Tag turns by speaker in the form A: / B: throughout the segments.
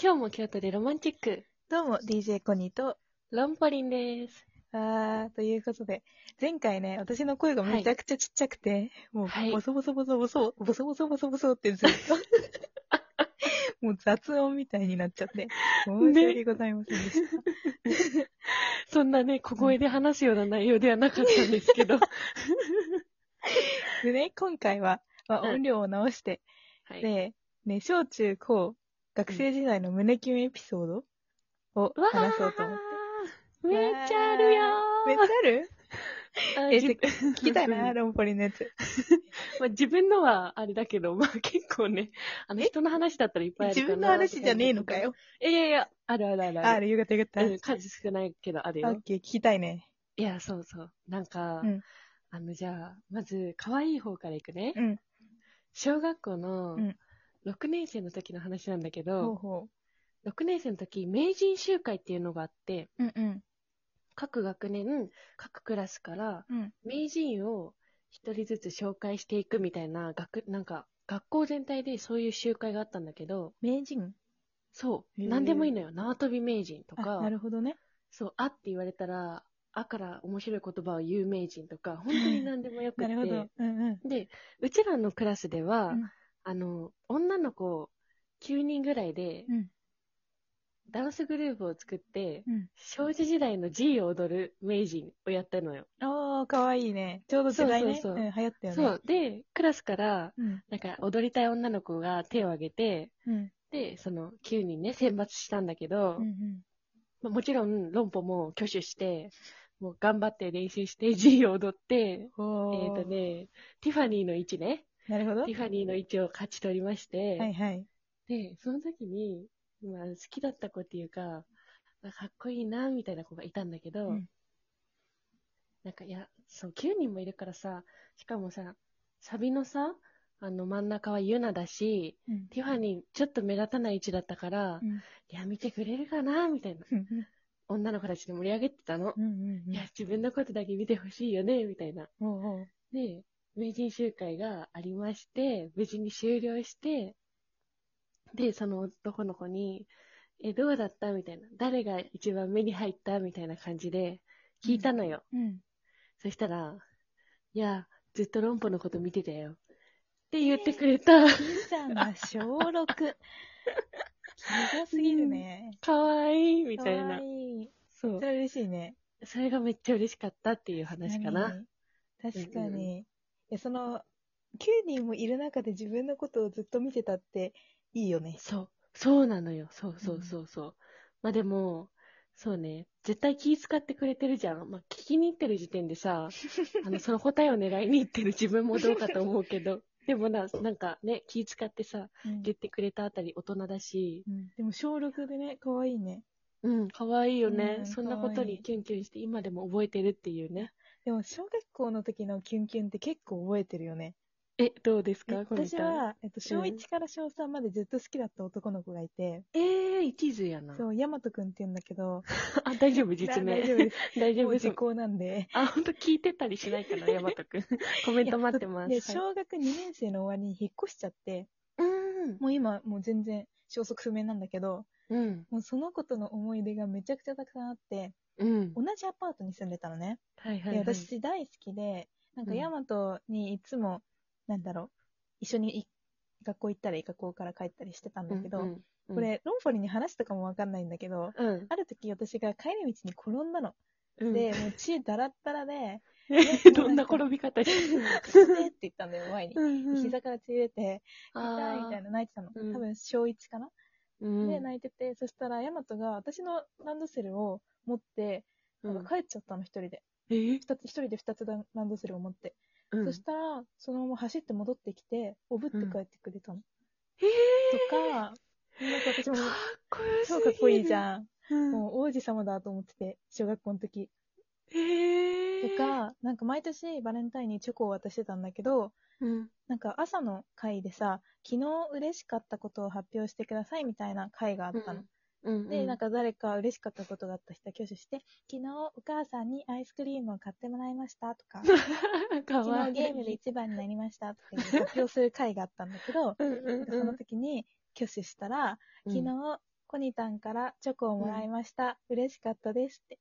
A: 今日も京都でロマンチック、
B: どうも、DJ コニーと、
A: ロンポリンです。
B: あー、ということで、前回ね、私の声がめちゃくちゃちっちゃくて、もう、
A: はい
B: ボソボソボソボソ、ボソボソボソボソってずっと、もう雑音みたいになっちゃって、申し訳ございませんでした。
A: そんなね、小声で話すような内容ではなかったんです けど。は
B: でね、今回は、まあ、
A: うん
B: 音量を直して、
A: い。
B: で、ね、小中高、学生時代の胸キュンエピソードを
A: わ
B: 話そうと思って。
A: ーめっちゃあるよ
B: めっちゃある
A: ーあ
B: え、
A: じ
B: 聞きたいな、
A: うん
B: ロンポリのやつ。
A: まあ、自分のはあれだけど、まあ結構ね、あの人の話だったらいっぱいあるか
B: 自
A: な。
B: 分の話じゃねえのか。よ。
A: いやいやいや、あるあるある
B: あ
A: ある。
B: る、よかったよかった。
A: うん、数少ないけどある
B: あ
A: よ。
B: オッケー、聞きたいね。
A: いや、そうそう。なんか、
B: うん
A: あの、じゃあ、まず、可愛い方からいくね。
B: うん。
A: 小学校の
B: うん
A: 6年生の時の話なんだけ
B: ほう
A: ど、
B: ほ
A: 6年生の時、名人集会っていうのがあって、
B: う。うんうん。
A: 各学年、各クラスから
B: うん。
A: 名人を一人ずつ紹介していくみたいな、学、なんか、学校全体でそういう集会があったんだけど、
B: 名人
A: そう、
B: へー
A: なんでもいいのよ。縄跳び名人と
B: あ、
A: か
B: な、るほどね。
A: そう、あって言われたら、あから面白い言葉を言う名人とか、本当 になんでもよく
B: な
A: っ
B: るほ
A: て
B: ど、。うんうん。
A: で、うちらのクラスでは、
B: うん
A: あの、女の子9人ぐらいで、
B: うん
A: ダンスグループを作って、
B: うん。
A: 少女時代の G を踊る名人をやったのよ。
B: おー、かわいいね。ちょうど世代ね。、
A: そうそうそうん
B: 流行ったよね。
A: そう。で、クラスから、
B: うん。
A: なんか踊りたい女の子が手を挙げて、
B: うん。
A: で、その9人ね、選抜したんだけど、
B: うんうん。
A: まあもちろん論破も挙手して、もう頑張って練習して G を踊って、え
B: ほ
A: っ、
B: ー。
A: と。ね、ティファニーの位置ね。
B: なるほど。
A: ティファニーの位置を勝ち取りまして、
B: はいはい。
A: で、その時に、まあ、好きだった子っていうか、まあかっこいいな、みたいな子がいたんだけど、
B: うん
A: なんか、いや、そう、9人もいるからさ、しかもさ、サビのさ、あの、真ん中はユナだし、
B: うん。
A: ティファニー、ちょっと目立たない位置だったから、
B: う
A: い
B: ん
A: や、見てくれるかな、みたいな。
B: うん
A: 女の子たちで盛り上げてたの。
B: うんうんうん
A: いや、自分のことだけ見てほしいよね、みたいな。
B: ほうほう。
A: で、名人集会がありまして、無事に終了して、で、その男の子に、え、どうだったみたいな。誰が一番目に入ったみたいな感じで聞いたのよ。
B: うん。
A: そしたら、いや、ずっと論破のこと見てたよ。って言ってくれた。
B: 小さな小6。気がすぎるね。
A: かわいいみたい
B: かわ
A: な。
B: いい。
A: そ。
B: そうれ嬉しいね。
A: それがめっちゃ嬉しかったっていう話かな。
B: 何。確か
A: うんうんうん
B: に。いや、その、9人もいる中で自分のことをずっと見てたっていいよね。
A: そう。そうなのよ。そうそうそうそう。まあでも、そうね。絶対気遣ってくれてるじゃん。まあ聞きに行ってる時点でさ、あの、その答えを狙いに行ってる自分もどうかと思うけど。でもな、なんかね、気遣ってさ、
B: うん
A: 言ってくれたあたり大人だし、
B: でも小6でね、可愛いね。
A: うん、可愛いよね。
B: うん
A: そんなことにキュンキュンして今でも覚えてるっていうね。
B: でも小学校の時のキュンキュンって結構覚えてるよね。
A: え、どうです
B: で
A: かこの
B: 私
A: 歌
B: は、えっと、小
A: うん
B: 1から小3までずっと好きだった男の子がいて、
A: えー、一途やな。
B: そう、ヤマトくんって言うんだけど、
A: あ、大丈夫、実
B: 大丈夫
A: 名。
B: です。
A: 大丈
B: もう
A: 夫、
B: 時効な んで。
A: あ、ほんと聞いてたりしないかな、ヤマトくん。コメント待ってます。
B: で、
A: はい
B: 小学2年生の終わりに引っ越しちゃって、
A: うん。
B: もう今、もう全然消息不明なんだけど、
A: うん。
B: もうその子との思い出がめちゃくちゃたくさんあって、
A: うん。
B: 同じアパートに住んでたのね。
A: はいはい、
B: で、
A: はい。
B: 私大好きで、なんか
A: うん
B: ヤマトにいつも、なんだろう、一緒にい学校行ったり、学校から帰ったりしてたんだけど、
A: うんうんうん、
B: こ、れ、ロンフォリに話とかもわかんないんだけど、
A: うん。
B: ある時私が帰り道に転んだの。
A: うん、
B: で、もう血だらったらで、
A: えどんな転び方してる
B: 痛てって言ったんだよ、前に。
A: の
B: 膝から血出て、
A: あ
B: 痛い
A: ー
B: みたいな泣いてたの。
A: うん
B: 多分小1かな、
A: うん
B: で、泣いてて、そしたらヤマトが私のランドセルを持って、
A: う
B: なん
A: ん
B: か帰っちゃったの、一人で。
A: え
B: 二つ、一人で二つランドセルを持って。
A: うん
B: そしたら、そのまま走って戻ってきて、おぶって帰ってくれたの。
A: え
B: とか、なんか私も
A: ー、かっこよすぎ
B: 超
A: る。
B: かっこいいじゃん。
A: うん。
B: もう王子様だと思ってて、小学校の時。
A: え
B: と
A: ー、、
B: か、なんか毎年バレンタインにチョコを渡してたんだけど、
A: うん。
B: なんか朝の会でさ、昨日嬉しかったことを発表してくださいみたいな会があったの。
A: うん、
B: で、なん
A: か、
B: か誰か嬉しかったことがあった人は挙手して、昨日お母さんにアイスクリームを買ってもらいましたとか、
A: か
B: 昨
A: わい
B: 日
A: い。
B: ゲームで一番になりましたとかいう発表する会があったんだけど、
A: うんうん
B: なんかその時に挙手したら、昨日コニタンからチョコをもらいました。嬉しかったですって。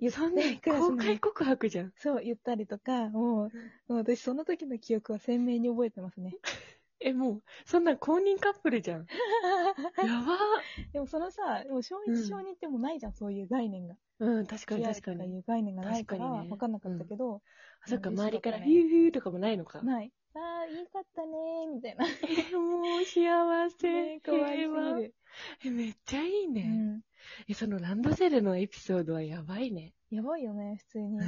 B: 言って
A: そんな
B: クラス
A: 公
B: に
A: 開告白じゃん。
B: そう、言ったりとか、もう、もう私その時の記憶は鮮明に覚えてます ね。
A: え、もう、そんなん公認カップルじゃん。やば
B: でもそのさ、でも小
A: う
B: 1
A: ん
B: 小2ってもうないじゃん、そういう概念が。
A: うん、確かに
B: 付き合い
A: 確か
B: と
A: に。
B: いう概念がないから、
A: 確かにね
B: わかんなかったけど、
A: あそっか、周りから
B: うん
A: ヒューヒューとかもないのか。
B: ない。ああ、いいかったねー、みたいな。
A: えー もう幸せ、
B: ね可愛
A: 平和
B: すぎる。
A: え、めっちゃいいうね。
B: ん。
A: え、そのランドセルのエピソードはやばいね。
B: やばいよね、普通に。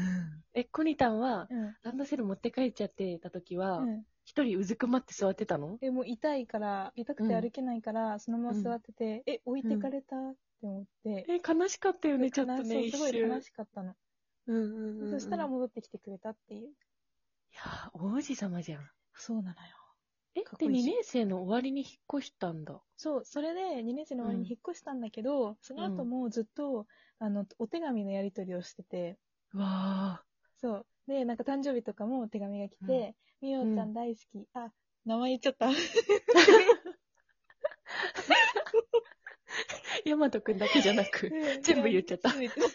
A: え、コニタンは、
B: うん。
A: ランドセル持って帰っちゃってた時は
B: う、ん、
A: 一人うずくまって座ってたの
B: え、もう痛いから、痛くて歩けないから、そのまま座ってて、え、置いてかれたって思って。
A: え、悲しかったよね、ちょっと
B: 悲
A: ね、
B: しい
A: 一
B: そうすごい悲
A: 瞬。
B: しかったの。
A: うんうんうんうん。
B: そしたら戻ってきてくれたっていう。
A: いやー、王子様じゃん。
B: そうなのよ。
A: え、
B: かっこ
A: で、
B: いい
A: 2
B: し
A: 年生の終わりに引っ越したんだ。
B: そう、それで2年生の終わりに引っ越したんだけど、その後もずっと、あの、お手紙のやり取りをしてて、
A: うわ
B: そう。で、なんか誕生日とかも手紙が来て、みおちゃん大好き。あ、名前言っちゃった。
A: ー。ヤマトくんだけじゃなく。全部言っちゃった
B: 全部言っち ゃっ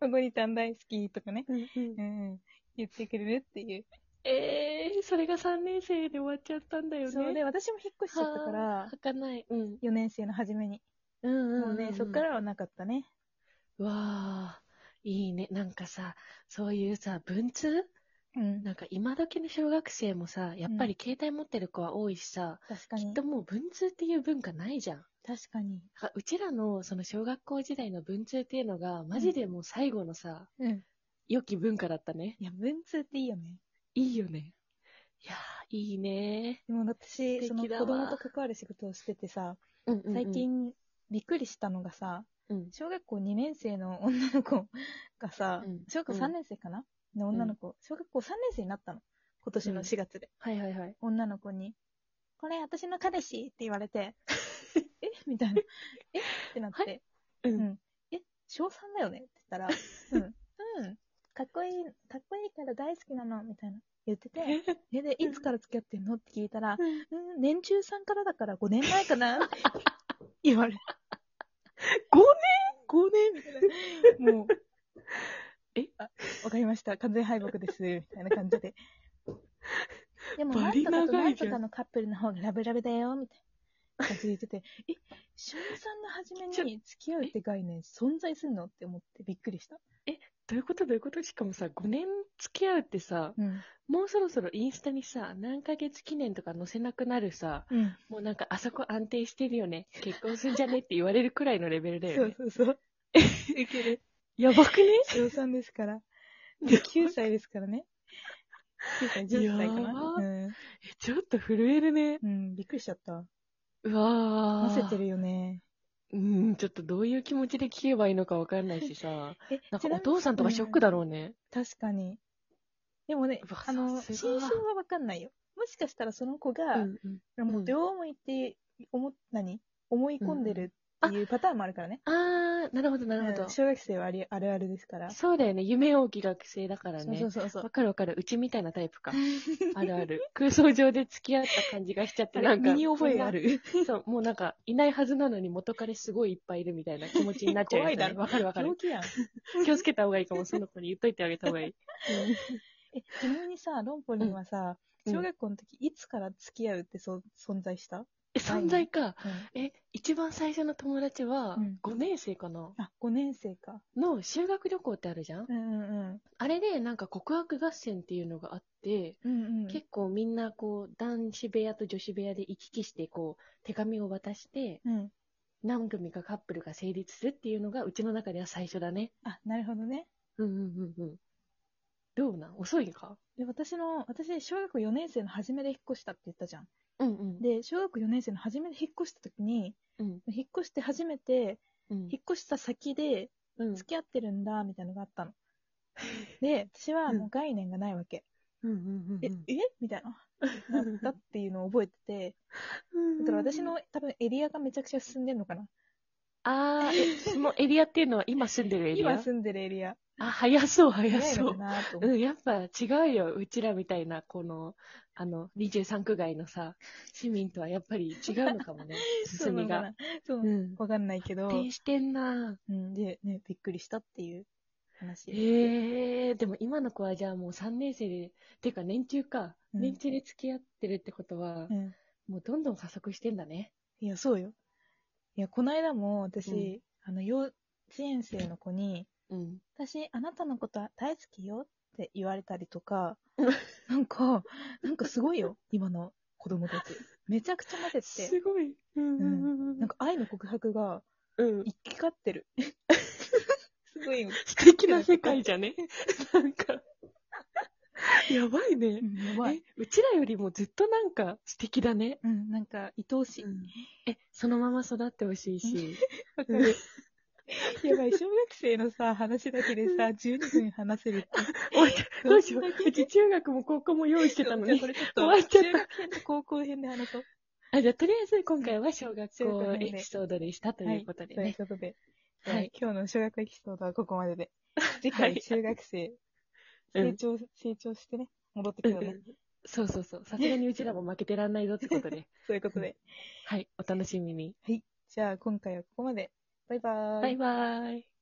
B: た。ゴニタン大好きとかね。うん。言ってくれるっていう。
A: えー、それが3年生で終わっちゃったんだよね。
B: そうで、私も引っ越しちゃったから、
A: 儚い。うん。
B: 4年生の初めに。
A: うんうん。
B: もうね、そっかららはなかったね。
A: うわー。いいね。なんかさ、そういうさ、文通
B: うん。
A: なんか今時の小学生もさ、やっぱり携帯持ってる子は多いしさ、
B: 確か
A: きっ
B: に
A: と。もう文通っていう文化ないじゃん。
B: 確かに。
A: だからうちらのその小学校時代の文通っていうのが、マジでもう最後のさ、
B: うん。
A: 良き文化だったね。
B: いや、文通っていいよね。
A: いいよね。いやー、いいね
B: でも私、
A: 素
B: その
A: 敵だわ
B: 子供と関わる仕事をしててさ、
A: うんうんうん
B: 最、近びっくりしたのがさ、
A: うん
B: 小学校2年生の女の子がさ、
A: うん
B: 小学校3年生かな、の女の子、小学校3年生になったの。今年
A: う
B: の
A: ん
B: 4月で。
A: はいはいはい。
B: 女の子に、これ私の彼氏って言われ て、えみたいな。えってなって、
A: はう。
B: うん ん。え小3だよねって言ったら、うん。うん。かっこいい、かっこいいから大好きなのみたいな。言ってて、え、で、いつから付き合ってんのって聞いたら、うん、年中さんからだから5年前かな言われ。
A: 5
B: 5年みた いな。もう。
A: え
B: あわかりました。完全敗北です。みたいな感じで。 でも、な
A: バ
B: んと
A: リ
B: かとな
A: 長
B: ん
A: いじ
B: と
A: ゃん
B: かのカップルの方がラブラブだよ、みたいな感じで言って て、え、小3の初め
A: ちょ
B: に付き合うって概念存在すんのって思ってびっくりした。
A: どういうことどういうことしかもさ、5年付き合うってさ、
B: うん。
A: もうそろそろインスタにさ、何ヶ月記念とか載せなくなるさ、
B: うん。
A: もうなんかあそこ安定してるよね。結婚すんじゃねって言われるくらいのレベルだ
B: そ
A: よ
B: う
A: ね。
B: そうそう。いける。
A: やばくね
B: 小3ですから。9歳ですからね。9歳、10歳か
A: やば
B: な。うん。
A: えちょっと震えるね。
B: うん、びっくりしちゃった。
A: うわー。
B: 混ぜてるよね。
A: うん、ちょっとどういう気持ちで聞けばいいのかわかんないしさ、
B: え、
A: なんか
B: ち
A: お
B: なみに
A: 父さんとかショックだろうね。
B: 確かに。でもね
A: うわ、
B: あの、
A: さ
B: 心
A: すが
B: 象はわかんないよ。もしかしたらその子が、
A: うんうん
B: も
A: うん
B: う両思いって思っ、何思い込んでるっていうパターンもあるからね。
A: あー、なるほど、なるほ
B: う
A: ど
B: ん。小学生はありあるあるですから。
A: そうだよね。夢大きい学生だから
B: そう
A: ね
B: そう。そうそう
A: わ。かるわかる。うちみたいなタイプか。あるある。空想上で付き合った感じがしちゃって、なんか。
B: 身に覚えがあ
A: る。
B: る。
A: そう、もうなんか、いないはずなのに元彼すごいいっぱいいるみたいな気持ちになっちゃうやつね。
B: 怖いだろ
A: わかるわか
B: 病
A: る。
B: 気やん。
A: 気をつけた方がいいかも。その子に言っといてあげた 方がいい。
B: え、ちなみにさ、ロンポリンはさ、
A: うん
B: 小学校の時、いつから付き合うってそ存在した
A: え、存在か。
B: うん
A: え、一番最初の友達は
B: うん、
A: 5年生かな。
B: あ、5年生か。
A: の修学旅行ってあるじゃん
B: うんうんうん。
A: あれでなんか告白合戦っていうのがあって、
B: うんうん。
A: 結構みんなこう男子部屋と女子部屋で行き来してこう手紙を渡して
B: うん。
A: 何組かカップルが成立するっていうのがうちの中では最初だね。
B: あ、なるほどね。
A: うんうんうんうん。どうなん遅いか
B: で、私の、私、小学校4年生の初めで引っ越したって言ったじゃん。
A: うんうん。
B: で、小学校4年生の初めで引っ越した時に、
A: うん
B: 引っ越して初めて、
A: うん
B: 引っ越した先で
A: うん
B: 付き合ってるんだ、みたいなのがあったの。で、私はもう概念がないわけ。
A: うんうん
B: え、えみたいな。なったっていうのを覚えてて、
A: うん
B: だから私の多分エリアがめちゃくちゃ進んでるのかな。
A: あーえそのエリアっていうのは今住んでるエリア
B: 今住んでるエリア。
A: あ、早そう早
B: 早い
A: そ
B: の
A: う
B: か。なと思
A: う
B: って。
A: ん、やっぱ違うよ。うちらみたいな、この、あの、23区外のさ、市民とはやっぱり違うのかも ね、
B: そう
A: 進み
B: なの
A: が。
B: かなそうう。
A: ん。
B: わかんないけど、
A: 定してんな
B: うん、で、ね、びっくりしたっていう話。
A: ええでも今の子はじゃあもう3年生で、てか年中か、
B: うん
A: 年中で付き合ってるってことは、
B: うん。
A: もうどんどん加速してんだね。
B: いや、そうよ。いや、こないだも
A: う
B: 私、
A: ん
B: あの、幼稚園生の子に、
A: うん。
B: 私、あなたのことは大好きよって言われたりとか
A: うん、
B: なんか、なんかすごいよ、今の子供たち。めちゃくちゃ混ぜて、
A: ごい。うんうん
B: なんか愛の告白が
A: うん。
B: 行き交ってる。すごいよ。
A: 素敵な世界じゃね。なんか、やばいね
B: う。んやばい。
A: え、うちらよりもずっとなんか素敵だね。
B: うん、なんか、愛おしい。
A: え、そのまま育ってほしいし。
B: わかる。やばい、小学生のさ、話だけでさ、12分話せるって。
A: おい どうしよ
B: そんだ
A: う。
B: け
A: うち中学も高校も用意してたの
B: じゃあ
A: に
B: こ。れちょっと、
A: 終わっちゃった
B: 中学編と高校編で話そう。
A: あ、じゃあとりあえず今回は小学
B: 中学
A: 校
B: 編で
A: エピソードでしたということで
B: という
A: ね。
B: ことで、
A: は
B: はいい、今日の小学エピソードはここまでで。次
A: は
B: 回、
A: い
B: 中学生、
A: うん
B: 成長、成長してね、戻って
A: う
B: く
A: ん
B: るね。
A: うんそうそうそう。さすがにうちらも負けてらんないぞってこと で。
B: そういうことで。
A: はい、お楽しみに。
B: はい。じゃあ、今回はここまで。バイバーイ。
A: バイバーイ。